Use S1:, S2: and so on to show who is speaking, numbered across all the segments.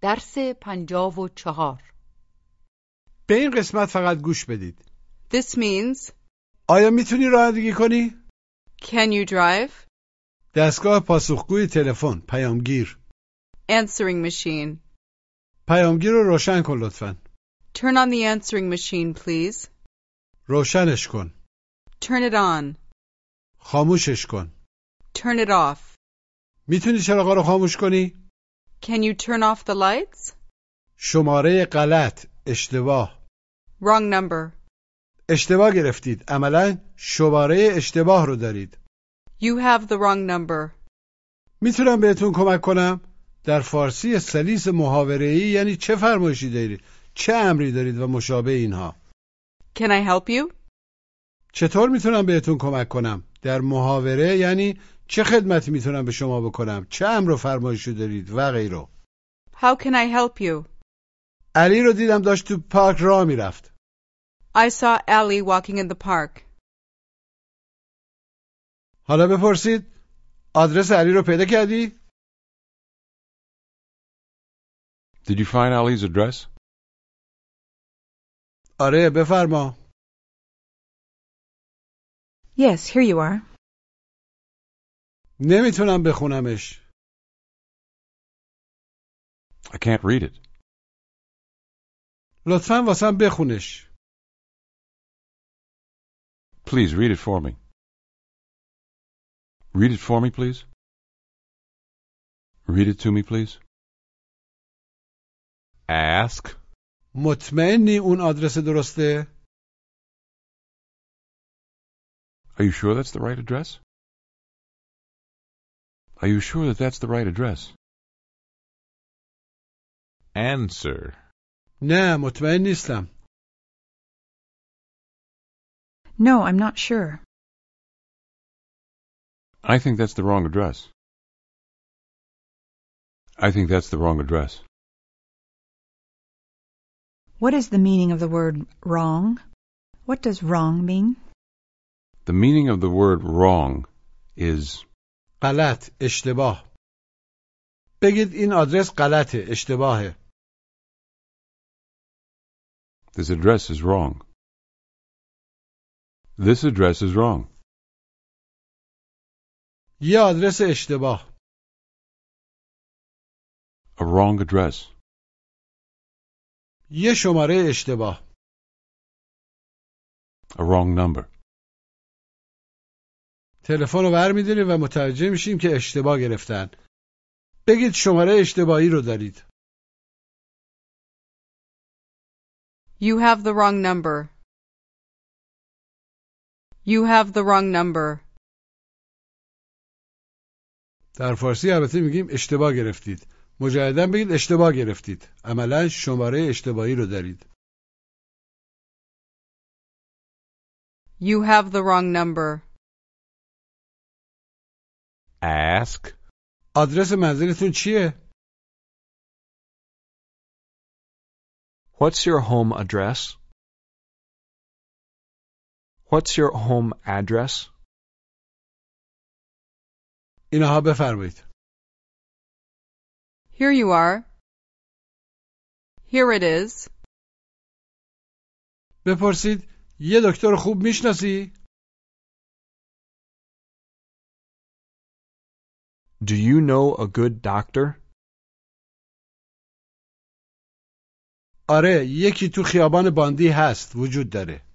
S1: درس پنجاه و چهار
S2: به این قسمت فقط گوش بدید
S1: This means
S2: آیا میتونی رانندگی کنی؟
S1: can you drive?
S2: دستگاه پاسخگوی تلفن پیامگیر
S1: Answering machine.
S2: پیامگیر رو روشن کن لطفا
S1: Turn on the answering machine, please.
S2: روشنش کن
S1: Turn it on.
S2: خاموشش کن
S1: Turn it off.
S2: میتونی چراغا رو خاموش کنی؟
S1: Can you turn off the lights?
S2: شماره غلط اشتباه
S1: Wrong number.
S2: اشتباه گرفتید عملا شماره اشتباه رو دارید
S1: You have the wrong number.
S2: میتونم بهتون کمک کنم؟ در فارسی سلیس محاوره‌ای یعنی چه فرمایشی دارید؟ چه امری دارید و مشابه اینها؟
S1: Can I help you?
S2: چطور میتونم بهتون کمک کنم؟ در محاوره یعنی چه خدمتی میتونم به شما بکنم؟ چه امر و فرمایشی دارید و غیره.
S1: How can I help you?
S2: علی رو دیدم داشت تو پارک راه میرفت.
S1: I saw Allie walking in the park.
S2: حالا بپرسید آدرس علی رو پیدا کردی؟
S3: Did you find Ali's address?
S2: آره بفرما.
S4: Yes, here you are.
S2: نمیتونم بخونمش.
S3: I can't read it.
S2: لطفا واسم بخونش.
S3: Please read it for me. Read it for me, please. Read it to me, please. Ask.
S2: مطمئنی اون آدرس درسته؟
S3: Are you sure that's the right address? Are you sure that that's the right address? Answer.
S2: نه مطمئن نیستم.
S4: No, I'm not sure.
S3: I think that's the wrong address. I think that's the wrong address.
S4: What is the meaning of the word wrong? What does wrong mean?
S3: The meaning of the word wrong is
S2: غلط اشتباه. بگید این آدرس غلطه اشتباهه.
S3: this address is wrong. This address is wrong.
S2: یه آدرس اشتباه.
S3: A wrong address.
S2: یه شماره اشتباه
S3: A wrong number.
S2: تلفن رو برمیداریم و متوجه میشیم که اشتباه گرفتن بگید شماره اشتباهی رو دارید
S1: You have the wrong number. You have the wrong number.
S2: در فارسی البته میگیم اشتباه گرفتید مجددا بگید اشتباه گرفتید عملا شماره اشتباهی رو دارید
S1: You have the wrong number.
S3: Ask.
S2: آدرس منزلتون چیه
S5: What's your home address? What's your home address?
S2: اینها بفرمایید
S1: Here you are. Here it is.
S2: بپرسید یه دکتر خوب میشناسی
S5: Do you know a good doctor?
S2: آره یکی تو خیابان باندی هست وجود داره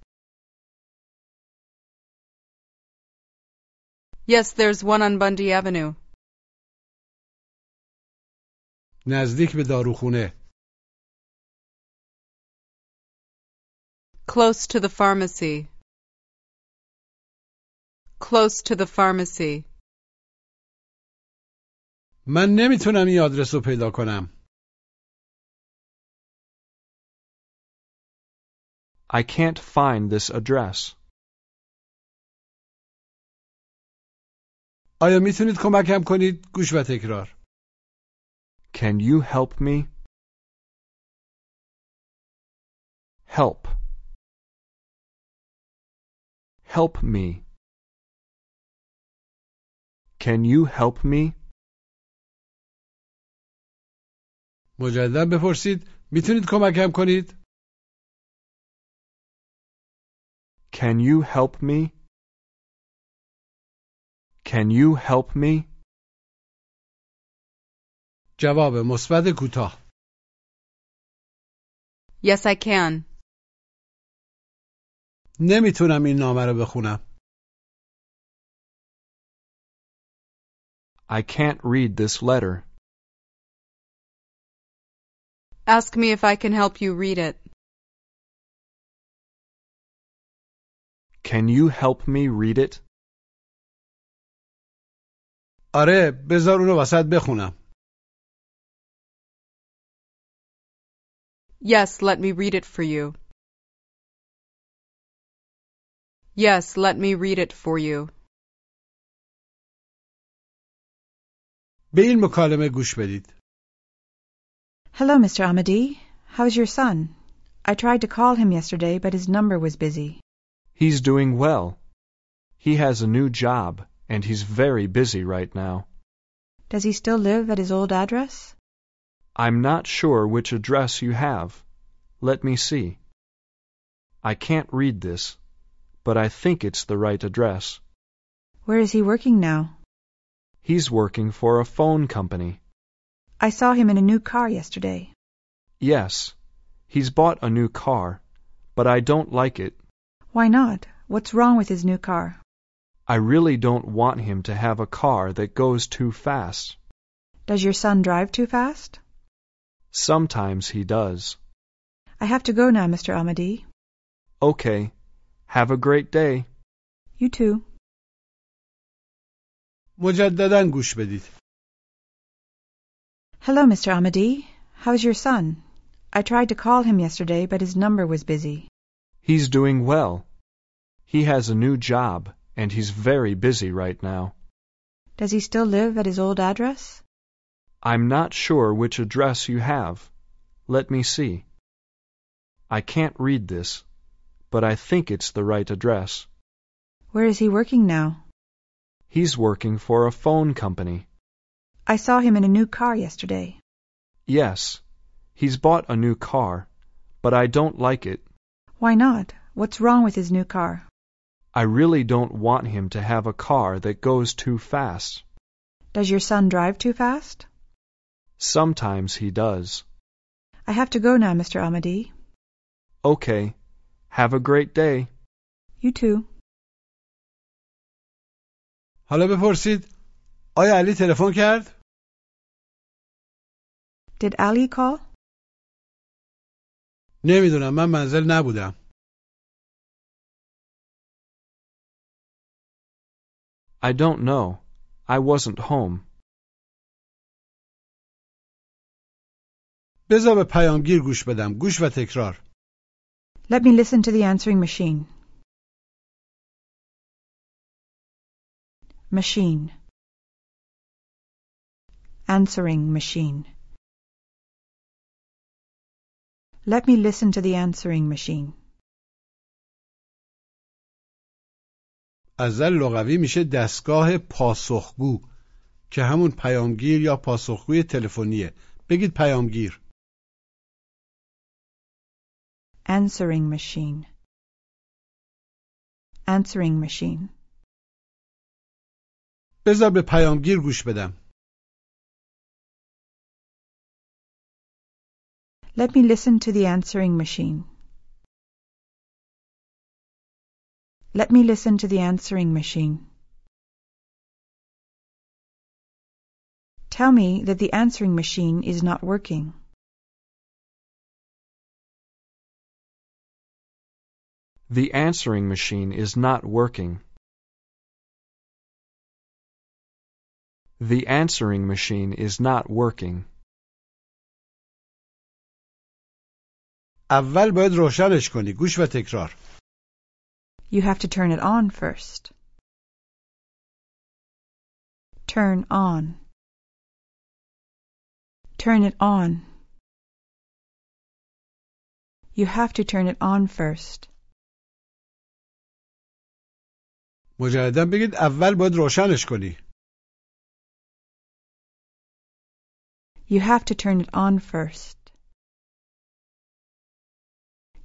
S1: Yes, there's one on Bundy Avenue.
S2: نزدیک به داروخونه
S1: Close to the pharmacy. Close to the pharmacy.
S2: من نمیتونم این آدرس رو پیدا کنم
S5: I can't find this address.
S2: آیا میتونید کمکم کنید گوش و تکرار
S5: Can you help me? Help. Help me. Can you help me?
S6: مجدد بپرسید میتونید کمکم کنید؟
S2: Can you help me? Can you help me?
S6: جواب مثبت کوتاه
S7: Yes, I can.
S6: نمیتونم این نامه رو بخونم.
S2: I can't read this letter.
S7: Ask me if I can help you read it.
S2: Can you help me read it?
S6: آره بذار اونو وسط بخونم.
S7: Yes, let me read it for you. Yes, let me read it for you.
S6: به این مکالمه گوش بدید.
S1: Hello, Mr. Amadi. How's your son? I tried to call him yesterday, but his number was busy.
S2: He's doing well. He has a new job, and he's very busy right now.
S1: Does he still live at his old address?
S2: I'm not sure which address you have. Let me see. I can't read this, but I think it's the right address.
S1: Where is he working now?
S2: He's working for a phone company.
S1: I saw him in a new car yesterday.
S2: Yes, he's bought a new car, but I don't like it.
S1: Why not? What's wrong with his new car?
S2: I really don't want him to have a car that goes too fast.
S1: Does your son drive too fast?
S2: Sometimes he does.
S1: I have to go now, Mr. Amadi.
S2: Okay, have a great day.
S1: You too.
S6: مجددا گوش بدید.
S1: Hello, Mr. Amadi. How's your son? I tried to call him yesterday, but his number was busy.
S2: He's doing well. He has a new job, and he's very busy right now.
S1: Does he still live at his old address?
S2: I'm not sure which address you have. Let me see. I can't read this, but I think it's the right address.
S1: Where is he working now?
S2: He's working for a phone company.
S1: I saw him in a new car yesterday.
S2: Yes, he's bought a new car, but I don't like it.
S1: Why not? What's wrong with his new car?
S2: I really don't want him to have a car that goes too fast.
S1: Does your son drive too fast?
S2: Sometimes he does.
S1: I have to go now, Mr. Amadi.
S2: Okay, have a great day.
S1: You too.
S6: حالا بپرسید آیا علی تلفن کرد؟
S1: Did Ali call?
S6: نمیدونم من منزل نبودم.
S2: I don't know. I wasn't home.
S6: بذار به پیامگیر گوش بدم. گوش و تکرار.
S1: Let me listen to the answering machine. Machine. Answering machine. Let me listen to the answering machine.
S6: از لغوی میشه دستگاه پاسخگو که همون پیامگیر یا پاسخگوی تلفنیه. بگید پیامگیر.
S1: Answering machine. Answering machine.
S6: بذار به پیامگیر گوش بدم.
S1: Let me listen to the answering machine. Let me listen to the answering machine. Tell me that the answering machine is not working.
S2: The answering machine is not working. The answering machine is not working.
S6: اول باید روشنش کنی. گوش و تکرار.
S1: You have to turn it on first. Turn on. Turn it on. You have to turn it on first.
S6: مجددا بگید اول باید روشنش کنی.
S1: You have to turn it on first.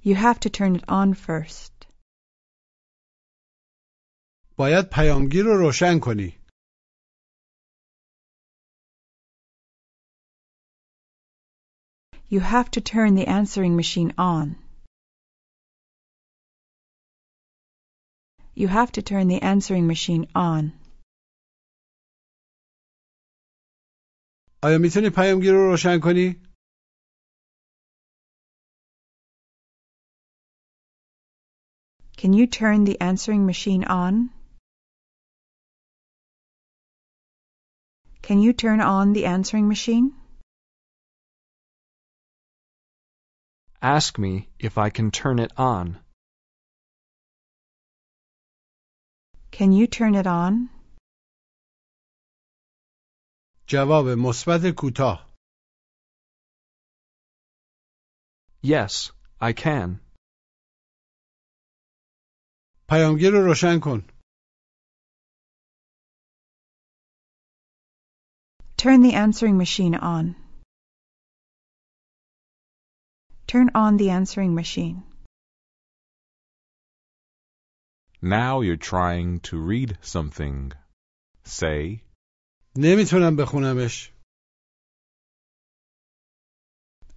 S1: You have to turn it on first.
S2: باید پیامگیر رو روشن کنی.
S1: You have to turn the answering machine on. You have to turn the answering machine on.
S2: آیا میتونی پیامگیر رو روشن کنی؟
S1: Can you turn the answering machine on? Can you turn on the answering machine?
S8: Ask me if I can turn it on.
S1: Can you turn it on?
S2: جواب مثبت کوتاه.
S8: Yes, I can.
S2: پیامگیر رو روشن کن.
S1: Turn the answering machine on. Turn on the answering machine.
S3: Now you're trying to read something. Say,
S2: نمیتونم بخونمش.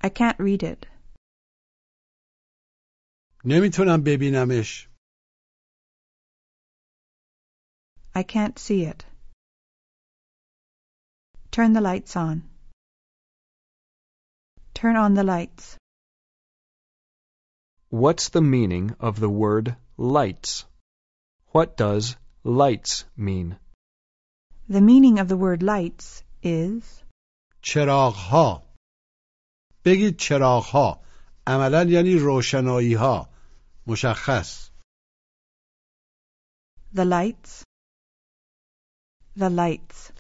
S1: I can't read it.
S2: نمیتونم ببینمش.
S1: I can't see it. Turn the lights on. Turn on the lights.
S8: What's the meaning of the word lights? What does lights mean?
S1: The meaning of the word lights is
S2: چراغها بگید چراغها عملا یعنی روشنایی ها مشخص
S1: the lights. The lights.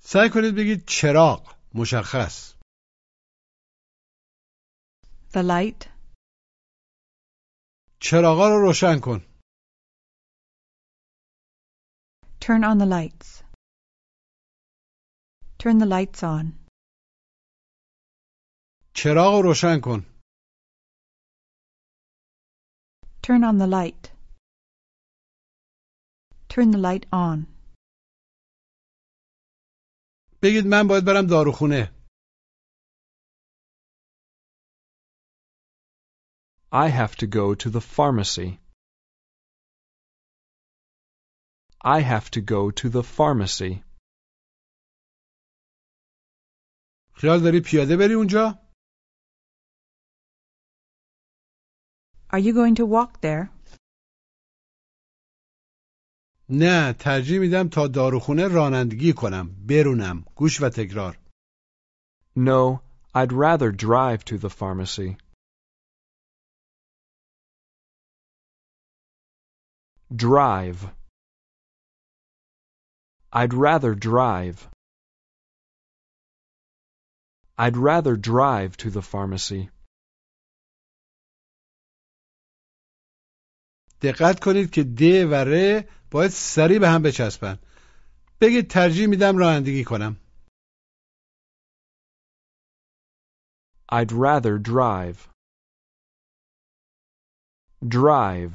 S2: سعی کنید بگید چراغ مشخص
S1: The light.
S2: چراغا رو روشن کن
S1: Turn on the lights. Turn the lights on.
S2: چراغ رو روشن کن
S1: Turn on the light. Turn the light on.
S2: بگید من باید برم داروخونه
S8: I have to go to the pharmacy. I have to go to the pharmacy.
S2: خیال داری پیاده بری اونجا
S1: Are you going to walk there?
S2: نه ترجیح میدم تا داروخونه رانندگی کنم برونم گوش و تکرار
S8: No, I'd rather drive to the pharmacy. Drive. I'd rather drive. I'd rather drive to the pharmacy.
S2: دقت کنید که د و ر باید سریع به هم بچسبن بگید ترجیح میدم رانندگی کنم
S8: I'd rather drive. Drive.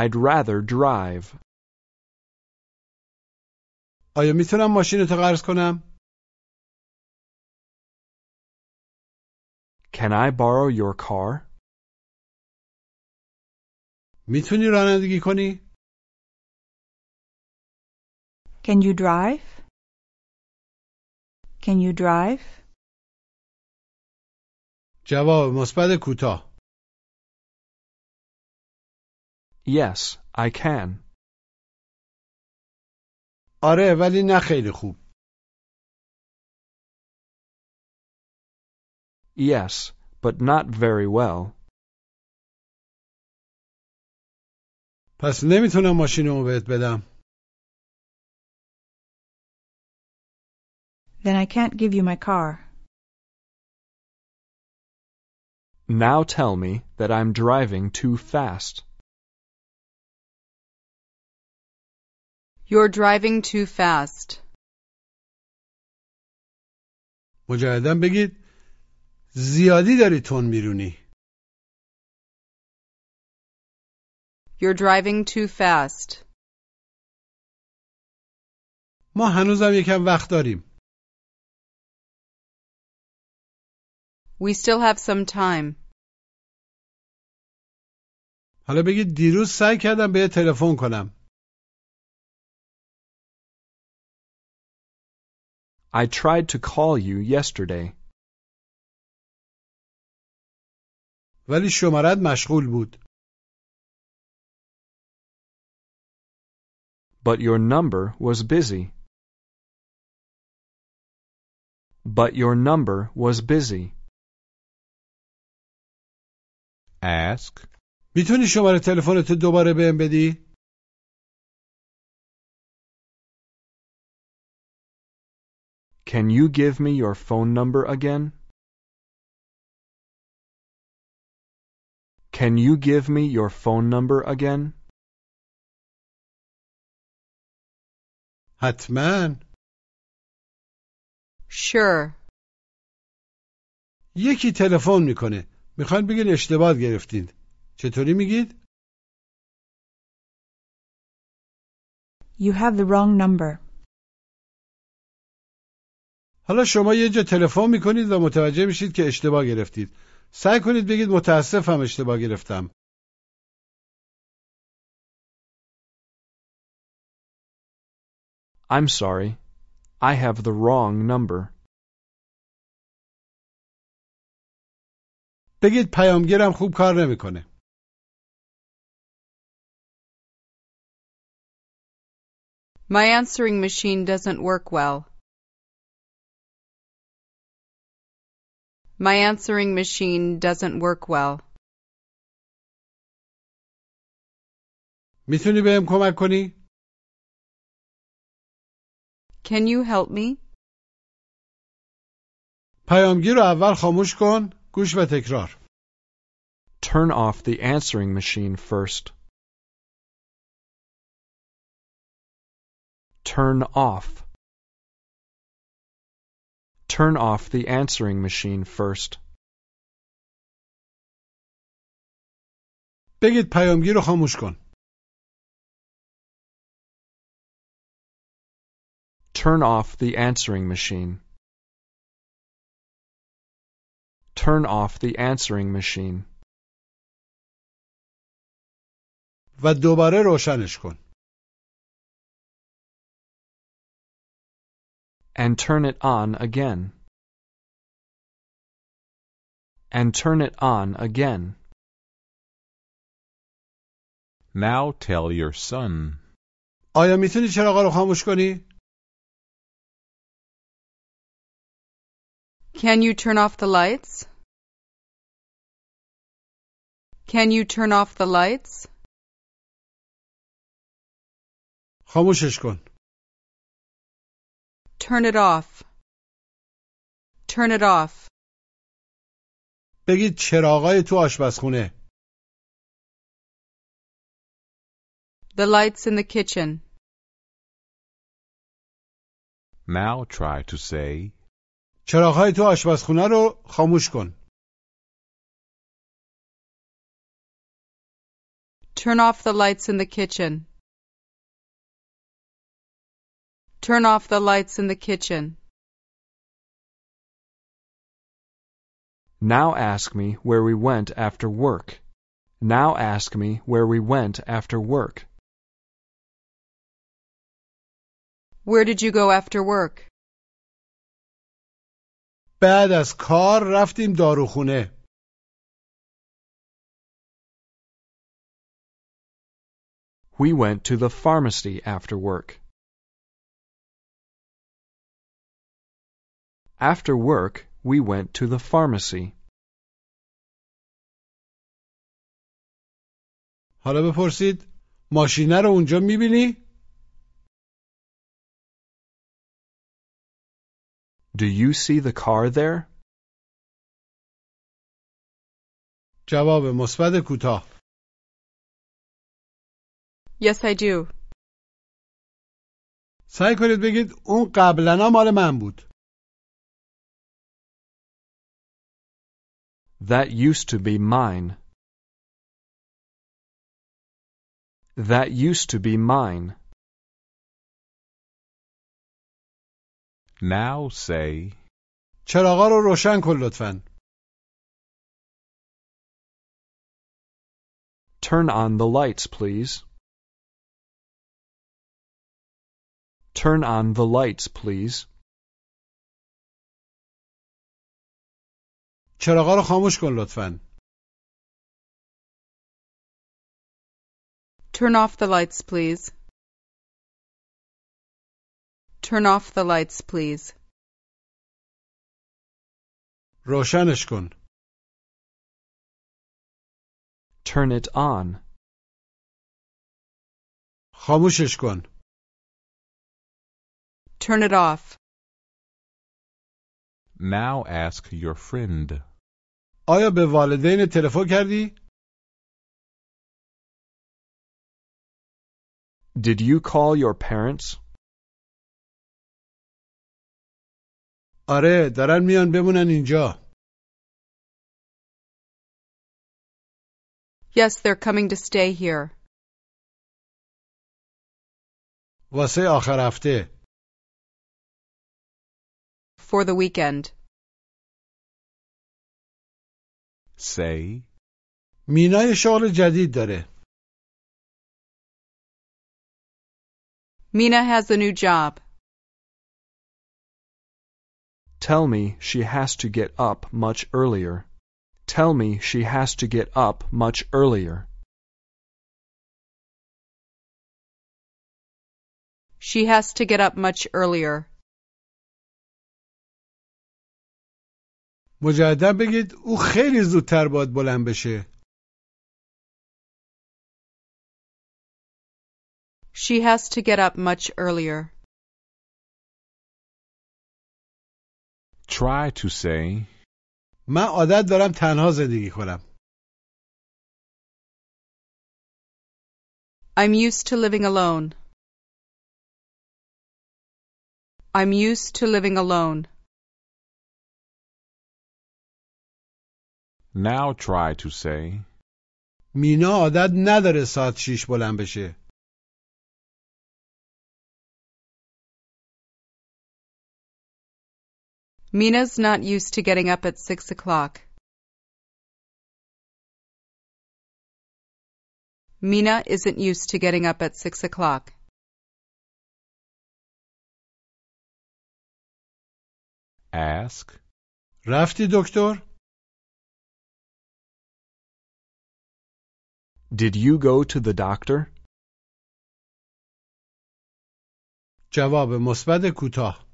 S8: I'd rather drive.
S2: آیا میتونم ماشین تو قرض کنم
S8: Can I borrow your car?
S2: میتونی رانندگی کنی
S1: Can you drive? Can you drive?
S2: جواب مثبت کوتاه
S8: Yes, I can.
S2: آره ولی نه خیلی خوب
S8: Yes, but not very well.
S2: پس نمیتونم ماشینمو بهت بدم
S1: Then I can't give you my car.
S8: Now tell me that I'm driving too fast.
S9: You're driving too fast.
S2: مجددا بگید زیادی داری تون میرونی
S9: You're driving too fast.
S2: ما هنوزم یکم وقت داریم
S9: We still have some time.
S2: حالا بگید دیروز سعی کردم به تلفن کنم
S8: I tried to call you yesterday,
S2: ولی شمارت مشغول بود
S8: but your number was busy. But your number was busy.
S3: Ask.
S2: میتونی شماره تلفنت رو دوباره بهم بدی
S8: Can you give me your phone number again? Can you give me your phone number again?
S2: حتما
S9: Sure.
S2: یکی تلفن میکنه میخواین بگین اشتباه گرفتین چطوری میگید
S1: You have the wrong number.
S2: حالا شما یه جا تلفن میکنید و متوجه میشید که اشتباه گرفتید سعی کنید بگید متاسفم اشتباه گرفتم
S8: I'm sorry. I have the wrong number.
S2: بگید پیامگیرم خوب کار نمیکنه
S9: My answering machine doesn't work well. My answering machine doesn't work well.
S2: میتونی بهم کمک کنی
S9: Can you help me?
S2: پیامگیر رو اول خاموش کن گوش و تکرار
S8: Turn off the answering machine first. Turn off. Turn off the answering machine first.
S2: بگید پیامگیر رو خاموش کن
S8: Turn off the answering machine. Turn off the answering machine.
S2: و دوباره روشنش کن
S8: and turn it on again. And turn it on again.
S3: Now tell your son.
S2: آیا میتونی چراغا رو خاموش کنی
S9: Can you turn off the lights? Can you turn off the lights?
S2: خاموشش کن
S9: Turn it off. Turn it off.
S2: بگید چراغای تو آشپزخونه
S9: The lights in the kitchen.
S3: Now try to say.
S2: چراغهای تو آشپزخونه رو خاموش کن
S9: Turn off the lights in the kitchen. Turn off the lights in the kitchen.
S8: Now ask me where we went after work. Now ask me where we went after work.
S9: Where did you go after work?
S2: بعد از کار رفتیم داروخونه
S8: We went to the pharmacy after work. After work, we went to the pharmacy.
S2: حالا بپرسید ماشینه رو اونجا میبینی؟
S8: Do you see the car there?
S2: جواب مثبت کوتاه
S9: Yes, I do.
S2: سعی کنید بگید اون قبلا مال من بود
S8: That used to be mine. That used to be mine.
S10: Now say,
S2: چراغا رو روشن کن لطفا
S8: Turn on the lights, please. Turn on the lights, please.
S2: چراغا رو خاموش کن لطفا
S9: Turn off the lights, please. Turn off the lights, please.
S2: روشنش کن
S8: Turn it on.
S2: خاموشش کن
S9: Turn it off.
S10: now ask your friend.
S2: آیا به والدین تلفن کردی؟
S8: Did you call your parents?
S2: آره دارن میان بمونن اینجا
S9: Yes, they're coming to stay here.
S2: واسه آخر هفته
S9: For the weekend.
S10: Say,
S2: مینای شغل جدید داره
S9: Mina has a new job.
S8: Tell me she has to get up much earlier. Tell me she has to get up much earlier.
S9: She has to get up much earlier.
S2: مجدد بگید او خیلی زودتر باید بلند بشه
S9: She has to get up much earlier.
S10: try to say,
S2: من عادت دارم تنها زندگی کنم
S9: I'm used to living alone. I'm used to living alone.
S10: now try to say,
S2: مینا عادت نداره ساعت شیش بلند بشه
S9: Mina's not used to getting up at six o'clock. Mina isn't used to getting up at six o'clock.
S10: ask,
S2: رفتی دکتر؟
S8: Did you go to the doctor?
S2: جواب مثبت کوتاه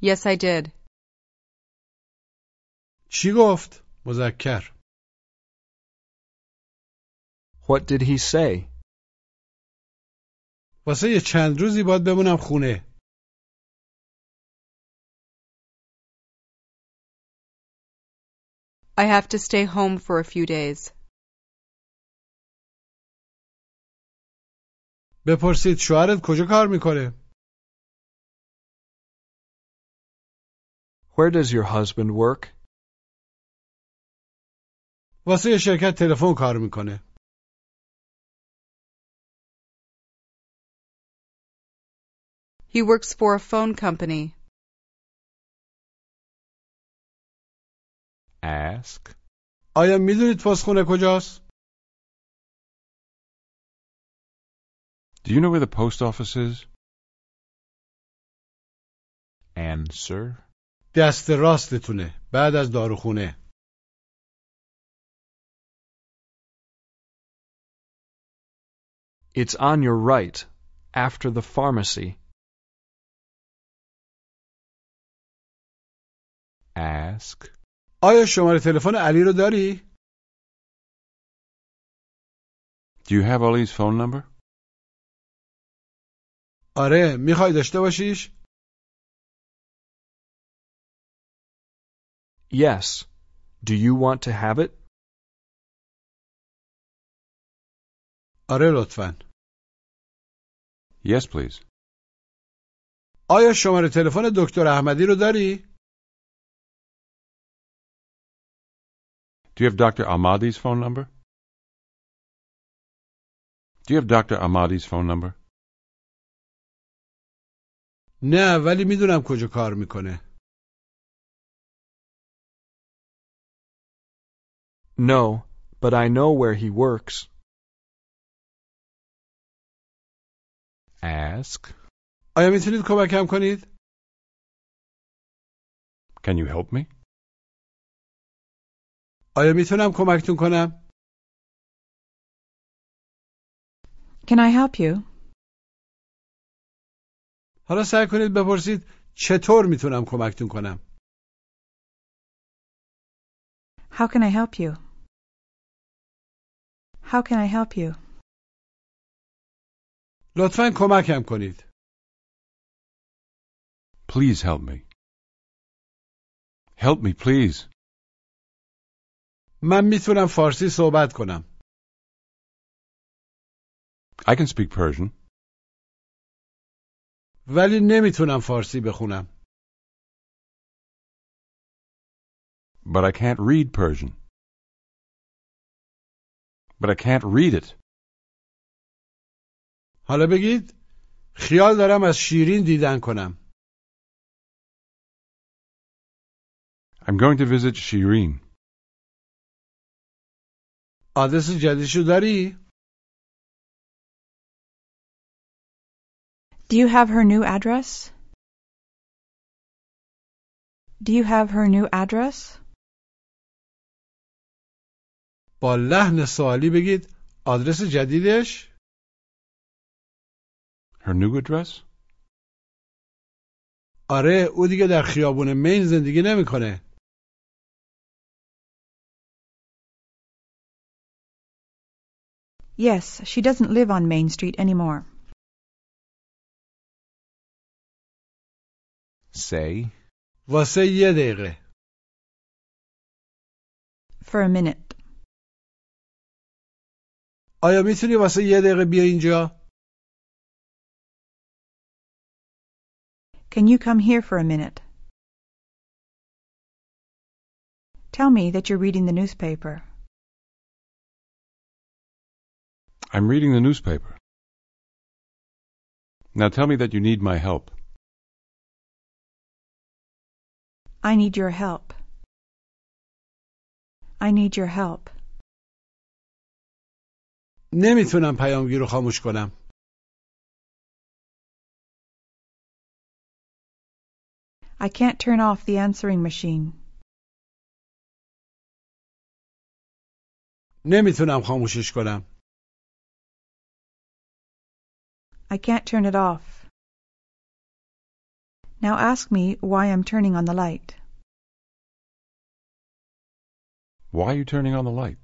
S9: Yes, I did.
S2: چی گفت؟ مذکر
S8: What did he say?
S2: واسه یه چند روزی باید بمونم خونه
S9: I have to stay home for a few days.
S2: بپرسید شوهرت کجا کار میکنه؟
S8: Where does your husband work?
S2: واسه یه شرکت تلفن کار میکنه
S9: He works for a phone company.
S10: ask,
S2: آیا میدونید پستخونه کجاست؟
S3: Do you know where the post office is?
S10: answer,
S2: دست راستتونه بعد از داروخونه
S8: It's on your right, after the pharmacy.
S10: ask,
S2: آیا شماره تلفن علی رو داری؟
S3: Do you have Ali's phone number?
S2: آره میخوای داشته باشیش؟
S8: Yes. Do you want to have it?
S2: آره لطفا
S3: Yes, please.
S2: آیا شماره تلفن دکتر احمدی رو داری؟
S3: Do you have Dr. Ahmadi's phone number? Do you have Dr. Ahmadi's phone number?
S2: نه ولی میدونم کجا کار میکنه
S8: No, but I know where he works.
S10: ask,
S2: آیا میتونید کمکم کنید؟
S3: Can you help me?
S2: آیا میتونم کمکتون کنم؟
S1: Can I help you?
S2: حالا سعی کنید بپرسید چطور میتونم کمکتون کنم؟
S1: How can I help you? How can I help you?
S2: لطفا کمکم کنید
S3: Please help me. Help me, please.
S2: من میتونم فارسی صحبت کنم
S3: I can speak Persian,
S2: ولی نمیتونم فارسی بخونم
S3: but I can't read Persian. But I can't read it.
S2: حالا بگید خیال دارم از شیرین دیدن کنم
S3: I'm going to visit Shirin.
S2: آدرس جدیدشو داری؟
S1: Do you have her new address? Do you have her new address?
S2: با لحن سوالی بگید آدرس جدیدش
S3: Her new address?
S2: آره او دیگه در خیابون مین زندگی نمیکنه
S1: Yes, she doesn't live on Main Street anymore.
S10: say,
S2: واسه یه دقیقه
S1: For a minute.
S2: آیا میتونی واسه یه دقیقه بیا اینجا؟
S1: Can you come here for a minute? Tell me that you're reading the newspaper.
S3: I'm reading the newspaper. Now tell me that you need my help.
S1: I need your help. I need your help.
S2: نمیتونم پیامگیر رو خاموش کنم
S1: I can't turn off the answering machine.
S2: نمیتونم خاموشش کنم
S1: I can't turn it off. Now ask me why I'm turning on the light.
S3: Why are you turning on the light?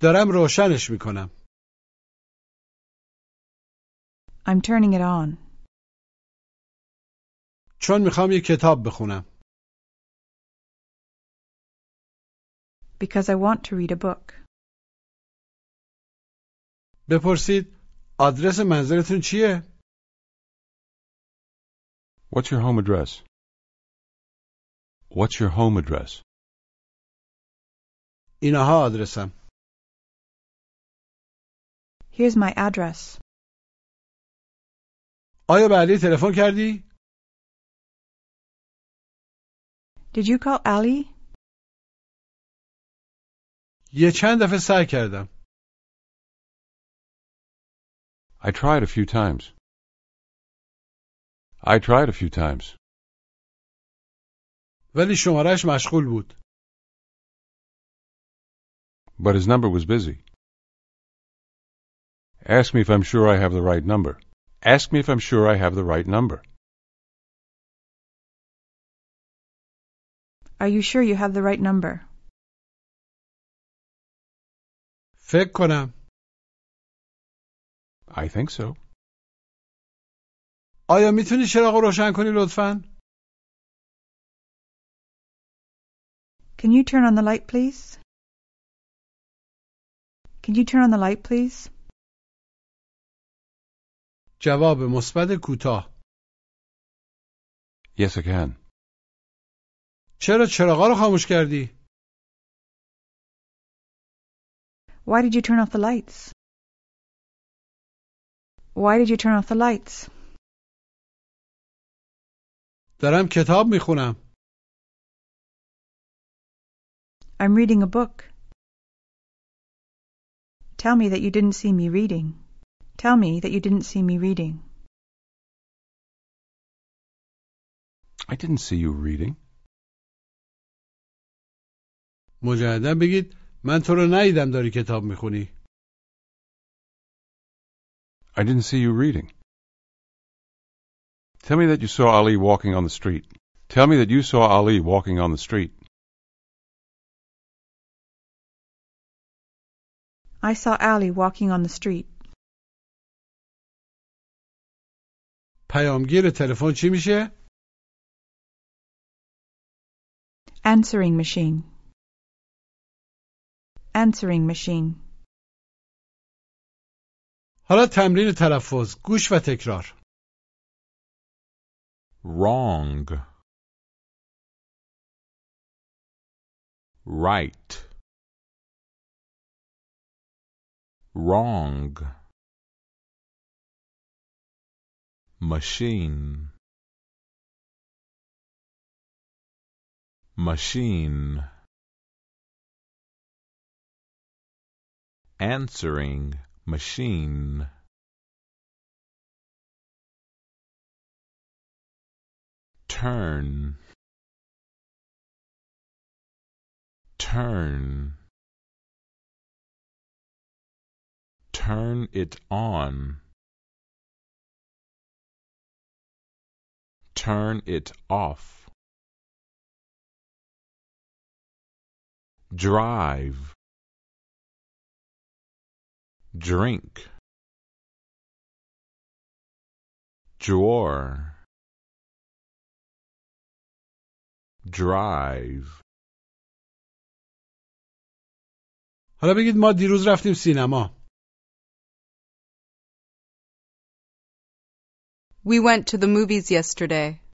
S2: دارم روشنش میکنم
S1: I'm turning it on
S2: چون میخوام یه کتاب بخونم
S1: because I want to read a book.
S2: بپرسید آدرس منزلتون چیه؟
S3: What's your home address? What's your home address?
S2: اینها آدرسم
S1: Here's my address.
S2: آیا به علی تلفن کردی؟
S1: Did you call Ali?
S2: یه چند دفعه سعی کردم.
S3: I tried a few times. I tried a few times,
S2: ولی شمارش مشغول بود.
S3: but his number was busy. Ask me if I'm sure I have the right number. Ask me if I'm sure I have the right number.
S1: Are you sure you have the right number?
S2: فکر کنم.
S3: I think so.
S2: آیا میتونی چراغ رو روشن کنی لطفا؟
S1: Can you turn on the light, please? Can you turn on the light, please?
S2: جواب مثبت کوتاه.
S3: Yes, I can.
S2: چرا چراغا رو خاموش کردی؟
S1: Why did you turn off the lights? Why did you turn off the lights?
S2: دارم کتاب میخونم.
S1: I'm reading a book. Tell me that you didn't see me reading. Tell me that you didn't see me reading.
S3: I didn't see you reading.
S2: مجددا بگید من تو رو ندیدم داری کتاب میخونی.
S3: I didn't see you reading. Tell me that you saw Ali walking on the street. Tell me that you saw Ali walking on the street.
S1: I saw Ali walking on the street.
S2: پیامگیر تلفن چی میشه؟
S1: Answering machine. Answering machine.
S2: حالا تمرین تلفظ گوش و تکرار
S10: wrong, right, wrong, machine, machine, answering machine. turn turn turn it on turn it off drive drink drawer drive,
S2: حالا بگید ما دیروز رفتیم سینما
S9: We went to the movies yesterday.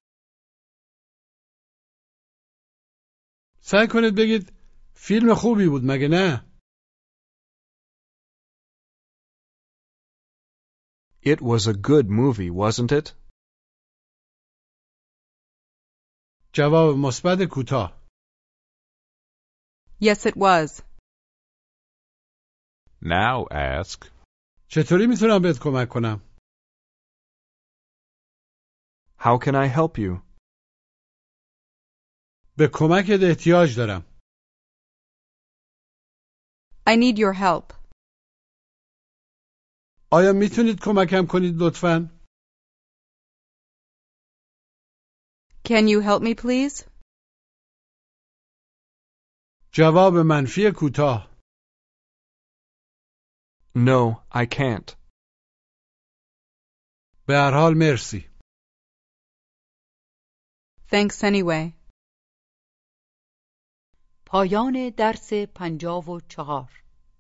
S2: سعی کنید بگید فیلم خوبی بود مگه نه؟
S8: It was a good movie, wasn't it?
S2: جواب مثبت کوتاه
S9: Yes, it was.
S10: now ask,
S2: چطوری میتونم بهت کمک کنم؟
S8: How can I help you?
S2: به کمکت احتیاج دارم
S9: I need your help.
S2: آیا میتونید کمکم کنید لطفا؟
S9: Can you help me, please?
S2: جواب منفی کوتاه
S8: No, I can't.
S2: به هر حال مرسی
S9: Thanks anyway.
S11: پایان درس پنجاه و چهار